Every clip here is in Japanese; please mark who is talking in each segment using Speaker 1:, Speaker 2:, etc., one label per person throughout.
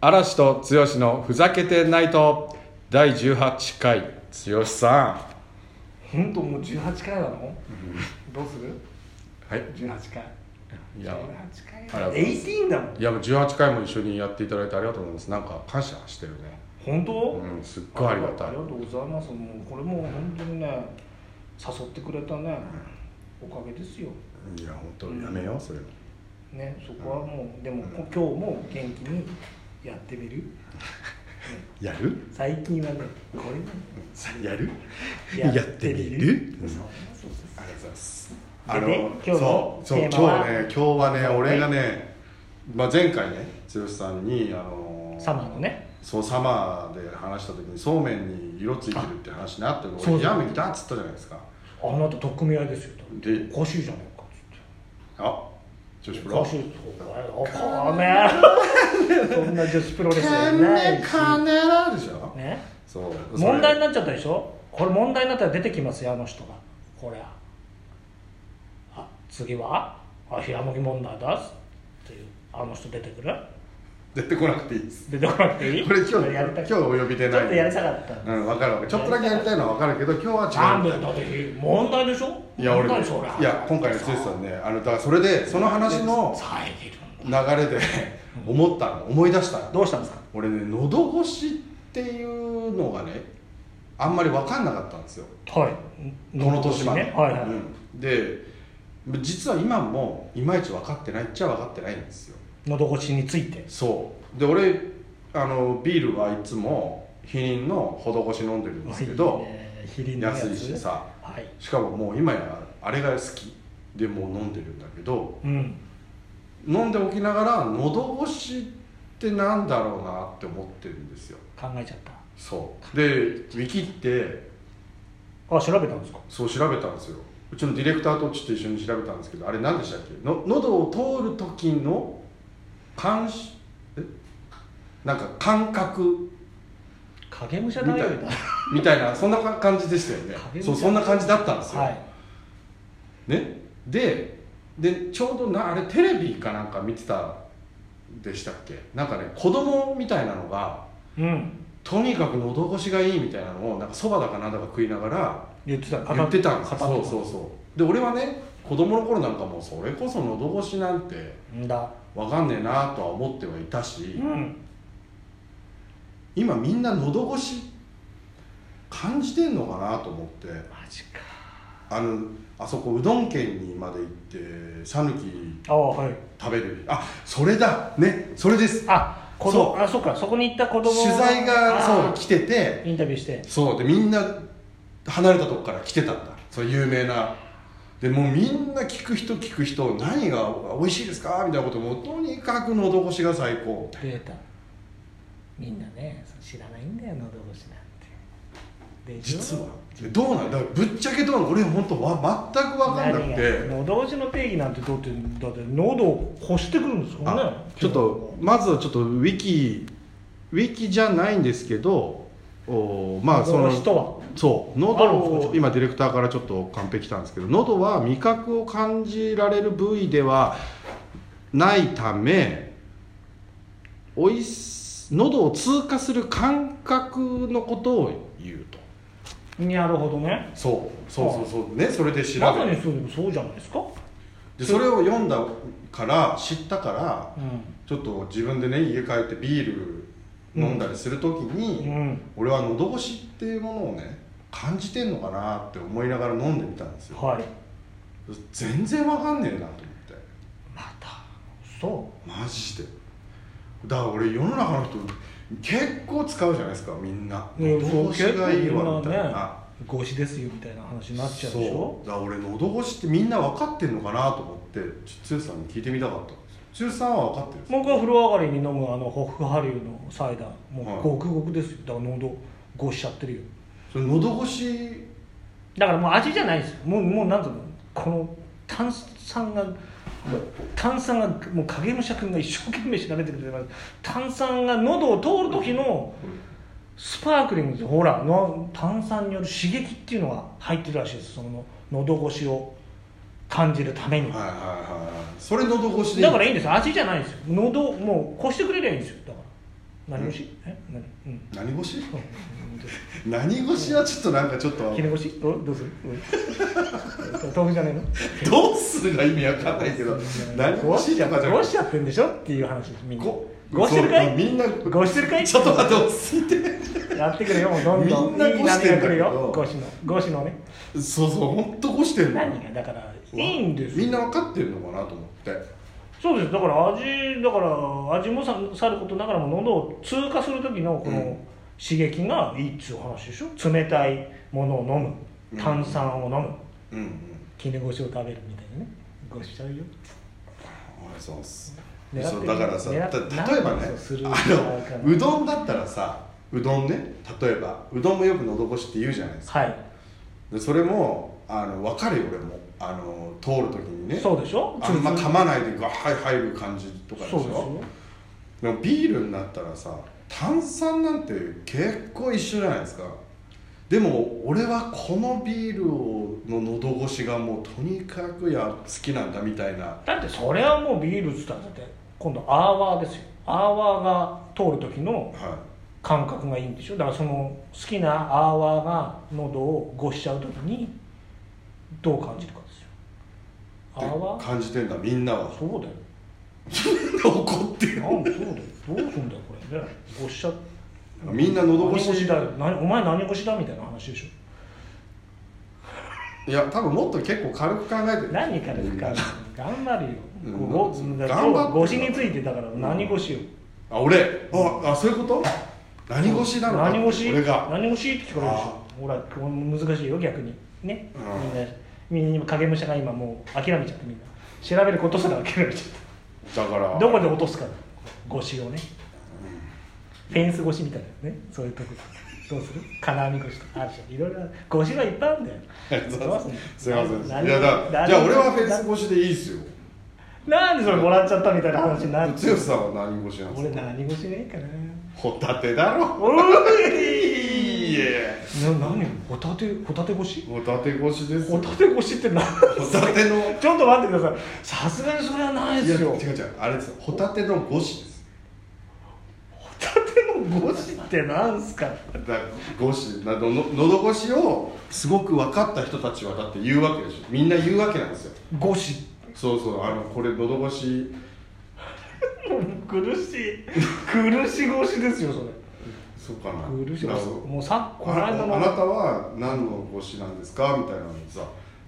Speaker 1: 嵐と剛のふざけてないと第18回剛さ
Speaker 2: 本当もう18回なのどうする
Speaker 1: んはい
Speaker 2: 18回
Speaker 1: いや
Speaker 2: 18
Speaker 1: ありがとうご
Speaker 2: 回
Speaker 1: ざいま
Speaker 2: 18だもん
Speaker 1: いやもう18回も一緒にやっていただいてありがとうございますなんか感謝してるね
Speaker 2: 本当
Speaker 1: うんすっごいありがたい
Speaker 2: ありがとうございますもうこれもう本当にね誘ってくれたねおかげですよ
Speaker 1: いや本当やめようそれは
Speaker 2: ねそこはもうでもこ今日も元気にやってみる
Speaker 1: やる
Speaker 2: 最近はねこれね
Speaker 1: やる
Speaker 2: やってみる
Speaker 1: うん
Speaker 2: そうそう
Speaker 1: ありがとうございます
Speaker 2: で
Speaker 1: あの
Speaker 2: で今日の
Speaker 1: そうそう今
Speaker 2: テー
Speaker 1: 日
Speaker 2: マは
Speaker 1: はね今日はね
Speaker 2: はい
Speaker 1: 俺がね、まあ、前回ね剛さんにあの
Speaker 2: そうサマーのね
Speaker 1: そうサマーで話した時にそうめんに色ついてるって話になって
Speaker 2: そう
Speaker 1: 俺
Speaker 2: そう
Speaker 1: ヤめだっつったじゃないですか
Speaker 2: あなた取っ組み合いですよ
Speaker 1: で
Speaker 2: おかしいじゃないかっつって
Speaker 1: あ女子プ
Speaker 2: お
Speaker 1: ロ
Speaker 2: かしいお金そんな女子プロレスじゃないし
Speaker 1: ラでしょ
Speaker 2: ね
Speaker 1: そうそれ
Speaker 2: 問題になっちゃったでしょこれ問題になったら出てきますよあの人がこりゃあ次はあひやもぎ問題だすっていうあの人出てくる
Speaker 1: 出てこなくていいです
Speaker 2: 出てこなくていい
Speaker 1: これ今日
Speaker 2: やりた
Speaker 1: 今
Speaker 2: い
Speaker 1: 日お呼びでない
Speaker 2: ちょっとやりたかった
Speaker 1: うん分かる分かるちょっとだけやりたいのは分かるけど今日
Speaker 2: なん
Speaker 1: は違
Speaker 2: で
Speaker 1: う
Speaker 2: だって問題でしょ
Speaker 1: いや俺
Speaker 2: 問題でしょ俺
Speaker 1: いや今回の剛さんねあのだからそれでその話の
Speaker 2: 遮るんだ
Speaker 1: 流れで思ったの思い出したの
Speaker 2: どうしたんですか
Speaker 1: 俺ね喉越しっていうのがねあんまり分かんなかったんですよ
Speaker 2: はい
Speaker 1: この年まで、
Speaker 2: ねはいはい、
Speaker 1: うんで実は今もいまいち分かってないっちゃ分かってないんですよ
Speaker 2: 喉越しについて
Speaker 1: そうで俺あのビールはいつも避妊のほ越し飲んでるんですけど
Speaker 2: いいね、
Speaker 1: 安いしさ
Speaker 2: はい
Speaker 1: しかももう今やあれが好きでもう飲んでるんだけど
Speaker 2: うん
Speaker 1: 飲んでおきながら喉越しってなんだろうなって思ってるんですよ
Speaker 2: 考えちゃっ
Speaker 1: そうで見切って
Speaker 2: たあ調べたんですか
Speaker 1: そう調べたんですようちのディレクターとちょっと一緒に調べたんですけどあれ何でしたっけの喉を通る時の感しえなんか感覚
Speaker 2: 影武者
Speaker 1: み
Speaker 2: だ
Speaker 1: たい
Speaker 2: よ
Speaker 1: なみたいなそんなか感じでしたよね
Speaker 2: 影
Speaker 1: そう
Speaker 2: 武者
Speaker 1: そんな感じだったんですよ、
Speaker 2: はい
Speaker 1: ねででちょうどなあれテレビかなんか見てたでしたっけなんかね子供みたいなのが
Speaker 2: うん
Speaker 1: とにかく喉越しがいいみたいなのをなんかそばだかなんだか食いながら
Speaker 2: 言ってた
Speaker 1: 言ってたんですよ
Speaker 2: 語
Speaker 1: そう
Speaker 2: た
Speaker 1: そうそうで俺はね子供の頃なんかもうそれこそ喉越しなんて
Speaker 2: んだ
Speaker 1: わかんねえなとは思ってはいたし、
Speaker 2: うん
Speaker 1: 今みんな喉越し感じてんのかなと思って
Speaker 2: マジか
Speaker 1: あのあそこうどん県にまで行って讃岐
Speaker 2: ああはい
Speaker 1: 食べるあそれだねそれです
Speaker 2: あ子
Speaker 1: そ
Speaker 2: 供
Speaker 1: う
Speaker 2: あそうかそこに行った子供
Speaker 1: 取材がそう
Speaker 2: あ
Speaker 1: 来てて
Speaker 2: インタビューして
Speaker 1: そうでみんな離れたとこから来てたんだそう有名なでもうみんな聞く人聞く人何が美味しいですかみたいなこともとにかく喉越しが最高みたい
Speaker 2: データみんなねそう知らないんだよ喉越しなんて
Speaker 1: な
Speaker 2: でしょ
Speaker 1: 実はでどうなんだからぶっちゃけどうなん俺本当わ全く分かんなく
Speaker 2: 何
Speaker 1: て
Speaker 2: が喉越しの定義なんてどうってだって喉を越してくるんですよね
Speaker 1: あちょっとまずはちょっとウィキウィキじゃないんですけどおまあその
Speaker 2: 喉越しとは
Speaker 1: そう喉
Speaker 2: あるんですかちょっ
Speaker 1: を
Speaker 2: と
Speaker 1: 今ディレクターからちょっと完璧来たんですけど喉は味覚を感じられる部位ではないためおいし喉を通過する感覚のことを言うと
Speaker 2: なるほどね
Speaker 1: そうそうそうそうねそれで調
Speaker 2: まさ
Speaker 1: べ
Speaker 2: に
Speaker 1: る
Speaker 2: そうそうじゃないですか、
Speaker 1: でそれを読んだから知ったから
Speaker 2: う
Speaker 1: ちょっと自分でね家帰ってビール飲んだりする時に、
Speaker 2: うん、
Speaker 1: 俺は喉越しっていうものをね感じてんのかなって思いながら飲んでみたんですよ
Speaker 2: はい
Speaker 1: 全然わかんねえなと思って
Speaker 2: またそ
Speaker 1: マジでだから俺世の中の人結構使うじゃないですかみんな
Speaker 2: う
Speaker 1: 喉越しがいいわみたい
Speaker 2: ね
Speaker 1: な
Speaker 2: ごしですよみたいな話になっちゃうでしょ
Speaker 1: そうだから俺喉越しってみんな分かってんのかなと思ってちょ剛さんに聞いてみたかったんですよ剛さんは分かってるんですか
Speaker 2: 僕は風呂上がりに飲むあのホフハリューのサイダーも
Speaker 1: はいう
Speaker 2: ごくごくですよだから喉ごしちゃってるよ
Speaker 1: それ喉越し
Speaker 2: だからもう味じゃないですよもうもうなんとこの炭酸がもう炭酸がもう影武者君が一生懸命調べてくれてます炭酸が喉を通る時のスパークリングですよほらの炭酸による刺激っていうのが入ってるらしいですその喉越しを感じるため
Speaker 1: はい
Speaker 2: に
Speaker 1: はいはいはいそれ喉越しで
Speaker 2: だからいい
Speaker 1: い
Speaker 2: んですよ味じゃないんですよ喉もう越してくれりゃいいんですよだか何腰、え何うん
Speaker 1: 何腰
Speaker 2: う
Speaker 1: 何腰はちょっとなんかちょっと
Speaker 2: んひね腰どうどうするうん 豆腐じゃないの
Speaker 1: どうするが意味わかんないけど何
Speaker 2: ごし
Speaker 1: 腰とかじゃ
Speaker 2: ごしちゃってんでしょっていう話ですみんな
Speaker 1: ご
Speaker 2: ごしてるか
Speaker 1: そう
Speaker 2: い
Speaker 1: みんな
Speaker 2: ごしてる かい
Speaker 1: ちょっと待って落ち着いて
Speaker 2: やってくれよもうどんどん
Speaker 1: みんなごしてんだけど
Speaker 2: いい波が来るよごしのごしのね
Speaker 1: そうそう本当こしてんの
Speaker 2: 何がだからいいんですよ
Speaker 1: みんな分かってるのかなと思って
Speaker 2: そうですだから味だから味もささることながらも喉を通過する時のこ
Speaker 1: うん
Speaker 2: の刺激がいいっつう話でしょ冷たいものを飲
Speaker 1: うん
Speaker 2: む炭酸を飲む
Speaker 1: うんうん
Speaker 2: 絹ごしを食べるみたいなねごしちゃうよ
Speaker 1: あそうっす
Speaker 2: 狙って
Speaker 1: そう
Speaker 2: る
Speaker 1: だからさ
Speaker 2: 狙
Speaker 1: た
Speaker 2: って
Speaker 1: 例えばね
Speaker 2: そうする
Speaker 1: あのうどんだったらさうどんね例えばうどんもよくのど越しって言うじゃないですか
Speaker 2: はい
Speaker 1: でそれもあの分かるよ俺もあの通る時にね
Speaker 2: そうでしょ
Speaker 1: あんま
Speaker 2: 通
Speaker 1: 噛まないでガッハイ入る感じとかでし
Speaker 2: そ
Speaker 1: ょ
Speaker 2: うですよ
Speaker 1: でもビールになったらさ炭酸なんて結構一緒じゃないですかでも俺はこのビールをの喉越しがもうとにかくや好きなんだみたいな
Speaker 2: だってそれはもうビールっつったらだって今度アーワーですよアーワーが通る時の
Speaker 1: は
Speaker 2: 感覚がいいんでしょだからその好きなアーワーが喉をごしちゃう時にどう感じるかですよアー
Speaker 1: い
Speaker 2: ワ
Speaker 1: って
Speaker 2: ー
Speaker 1: 感じてんだみんなは
Speaker 2: そうだよ
Speaker 1: 怒ってる
Speaker 2: なんでそうだよどうすんだよこれねごしちゃ
Speaker 1: みんな喉越し
Speaker 2: 何だよ何お前何ごしだみたいな話でしょ
Speaker 1: いや多分もっと結構軽く考えてる
Speaker 2: 何から行くか頑張
Speaker 1: う
Speaker 2: るよ
Speaker 1: ん
Speaker 2: ご
Speaker 1: うん
Speaker 2: だ
Speaker 1: 頑張ってる
Speaker 2: ごしについてだから何ごしよ
Speaker 1: あ俺ああそういうこと何越しなのか
Speaker 2: 何腰
Speaker 1: 俺が
Speaker 2: 何腰って聞かれるでし
Speaker 1: あ
Speaker 2: ょほらこれ難しいよ逆にね
Speaker 1: うん
Speaker 2: みんなみんな影武者が今もう諦めちゃってみんな調べることすら諦めちゃ
Speaker 1: だか
Speaker 2: っ
Speaker 1: ら
Speaker 2: たどこで落とすか腰をねフェンス腰みたいなねそういうとこどうする金網腰とかあるじゃんいろいろある腰はいっぱいあるんだよどうすんの
Speaker 1: すいません
Speaker 2: 何
Speaker 1: いやだから
Speaker 2: 何
Speaker 1: じゃあ俺はフェンス越しでいいっすよ
Speaker 2: なんでそれもらっちゃったみたいな話になっ
Speaker 1: 剛
Speaker 2: て
Speaker 1: さんは何越しなんです
Speaker 2: 俺
Speaker 1: か
Speaker 2: 何腰ねえかな
Speaker 1: ホタテだろ
Speaker 2: お
Speaker 1: い
Speaker 2: い
Speaker 1: い
Speaker 2: な
Speaker 1: え
Speaker 2: 何ホタテホタテ腰
Speaker 1: ホタテ越しです
Speaker 2: ホ
Speaker 1: よ
Speaker 2: タテ腰って何
Speaker 1: ホタテのい
Speaker 2: ちょっと待ってください。さすがにそれはないで
Speaker 1: や
Speaker 2: す
Speaker 1: 違
Speaker 2: よ。
Speaker 1: う
Speaker 2: ホ
Speaker 1: 違うあれですホタテの越しです
Speaker 2: タテのゴシってなんすか。
Speaker 1: だから越しなどの喉越しをすごく分かった人たちはだって言うわけでしょみんな言うわけなんですよ
Speaker 2: ゴシ。
Speaker 1: そうそうあのこれ喉越し
Speaker 2: 苦しい。苦しゴシですよそれ。
Speaker 1: そうかな
Speaker 2: 苦しい。
Speaker 1: だから
Speaker 2: もうさこ
Speaker 1: あ
Speaker 2: の間
Speaker 1: あな
Speaker 2: の
Speaker 1: たは何の越しなんですかみたいなのさ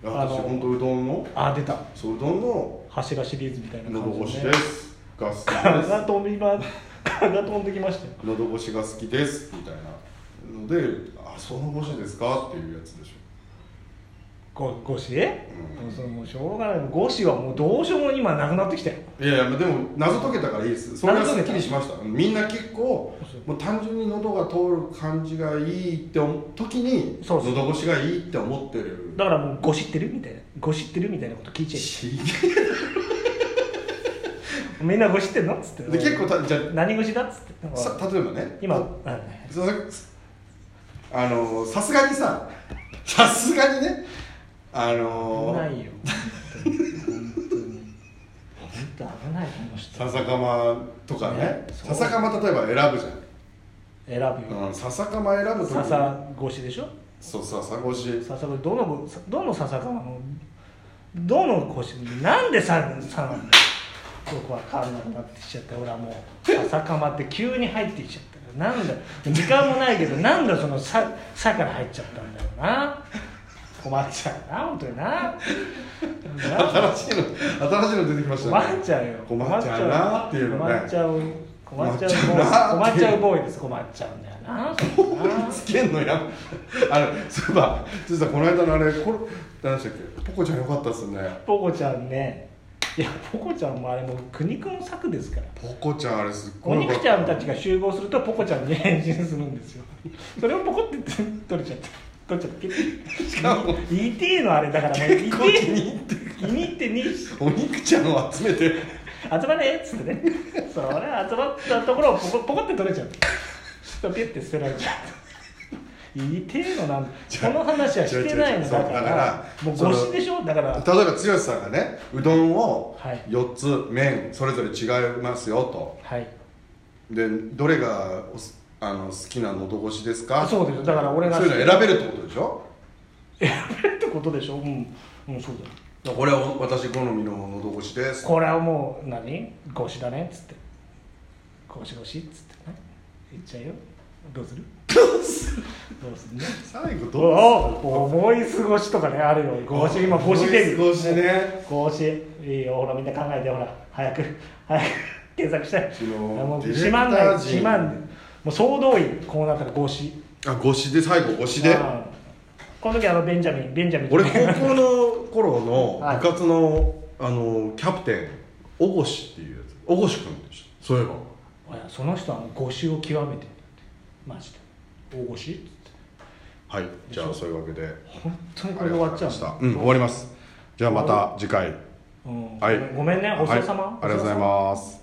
Speaker 1: いや
Speaker 2: あの
Speaker 1: 私本当うどんの
Speaker 2: あ出た
Speaker 1: そううどんの
Speaker 2: 柱シリーズみたいな感
Speaker 1: 喉
Speaker 2: じで
Speaker 1: 越し
Speaker 2: ね。
Speaker 1: ですガス
Speaker 2: 蚊
Speaker 1: です
Speaker 2: が飛びま蚊が飛んできましたよ。
Speaker 1: 喉越しが好きですみたいなので「あその越しですか?」っていうやつでし
Speaker 2: ゴゴシ？
Speaker 1: ん
Speaker 2: もうそれもうしょうがない。ゴシはもうどうしようも今なくなってきたよ。
Speaker 1: ょいやいやでも謎解けたからいいですそれは
Speaker 2: 謎
Speaker 1: すっき
Speaker 2: 解けた
Speaker 1: りしましたみんな結構もう単純に喉が通る感じがいいって思う時に
Speaker 2: そうそう
Speaker 1: 喉越しがいいって思って る
Speaker 2: だからもうゴシってるみたいなゴシってるみたいなこと聞いちゃ
Speaker 1: し
Speaker 2: う。みんなゴシってんのっつっ
Speaker 1: で
Speaker 2: て。
Speaker 1: 結構たじゃ
Speaker 2: 何ゴシだっつって。
Speaker 1: あさ例えばね
Speaker 2: 今。
Speaker 1: さ
Speaker 2: はい
Speaker 1: さあのさすがにささすがにねあの
Speaker 2: ないよ本当に本当危ないこの人
Speaker 1: 笹かまとかね
Speaker 2: ねそう
Speaker 1: 笹かま例えば選ぶじゃん
Speaker 2: 選ぶよ
Speaker 1: うん、笹かま選ぶとき
Speaker 2: 笹越しでしょ
Speaker 1: そう笹越し
Speaker 2: 笹越しどのどの笹かのどの越しなんでささなんだよよくわかんなくなってきちゃった俺はもう笹かまって急に入ってきちゃったからなんだ時間もないけどなんだそのささから入っちゃったんだよな困っちゃうな本当にな
Speaker 1: 新しいの新しいの出てきました
Speaker 2: 困っちゃうよ
Speaker 1: 困っちゃうなっていうのね
Speaker 2: 困っちゃう困っちゃう
Speaker 1: 困っちゃうな
Speaker 2: ボーイ
Speaker 1: っていう
Speaker 2: 困っちゃうボーイです困っちゃうんだよなそんな
Speaker 1: つけんのやあれそういえばちょっとこの間のあれこれ何でしたっけポコちゃんよかったっすね
Speaker 2: ポコちゃんねいやポコちゃんもあれもう苦肉の策ですから
Speaker 1: ポコちゃんあれすっ
Speaker 2: お
Speaker 1: ごい
Speaker 2: 肉ちゃんたち
Speaker 1: が
Speaker 2: が集合するとポコちゃんに 変身するんですよそれをポコって取れちゃった取っちゃったピッ
Speaker 1: しかも
Speaker 2: ET のあれだからね ET
Speaker 1: 結構気に入って
Speaker 2: 気に入ってに
Speaker 1: お肉ちゃんを集めて
Speaker 2: 集まれっつってねそれ集まったところをポコポコって取れちゃうそしたらピュッて捨てられちゃういてえのなんこの話はしてない
Speaker 1: 違う違う違う
Speaker 2: の
Speaker 1: そう
Speaker 2: だか
Speaker 1: だ
Speaker 2: ら
Speaker 1: から
Speaker 2: もう
Speaker 1: その
Speaker 2: ごしでしょだから
Speaker 1: 例えば剛さんがねうどんを
Speaker 2: はい
Speaker 1: 4つ麺それぞれ違いますよと
Speaker 2: はい
Speaker 1: でどれがおすあの好きな喉越しですか
Speaker 2: あそうですだから俺が
Speaker 1: そういうの選べるってことでしょ
Speaker 2: ってことでしょうん、うん、そうだよ
Speaker 1: これはお私好みの喉越しです
Speaker 2: これはもう何ゴシだねっつってゴシゴシっつってね言っちゃうよど うするどうするね
Speaker 1: 最後どう
Speaker 2: お思い過ごしとかねあるよゴシ今ゴシ
Speaker 1: 思
Speaker 2: で
Speaker 1: い過ごしね
Speaker 2: ゴシいいよほらみんな考えてほら早く早く検索して
Speaker 1: 昨日
Speaker 2: もう
Speaker 1: ディレ
Speaker 2: 自
Speaker 1: クタ
Speaker 2: 慢
Speaker 1: ー
Speaker 2: ない
Speaker 1: 陣
Speaker 2: 自慢ないもう総動員こうなったらゴシ
Speaker 1: あ越しで最後越しで
Speaker 2: うんこの時あのベンジャミンベンジャミン
Speaker 1: 俺高校の頃
Speaker 2: は
Speaker 1: の
Speaker 2: い
Speaker 1: 部活のあのキャプテン小越っていうやつ小越君でしたそういえば
Speaker 2: いやその人はあのゴシを極めてるマジで大ゴシっつって
Speaker 1: はいじゃあそういうわけで
Speaker 2: 本当にこれで終わっちゃうの
Speaker 1: ありがとございましたうん終わりますじゃあまた次回
Speaker 2: うん
Speaker 1: はい
Speaker 2: ごめんね、お疲れ様、
Speaker 1: はいありがとうございます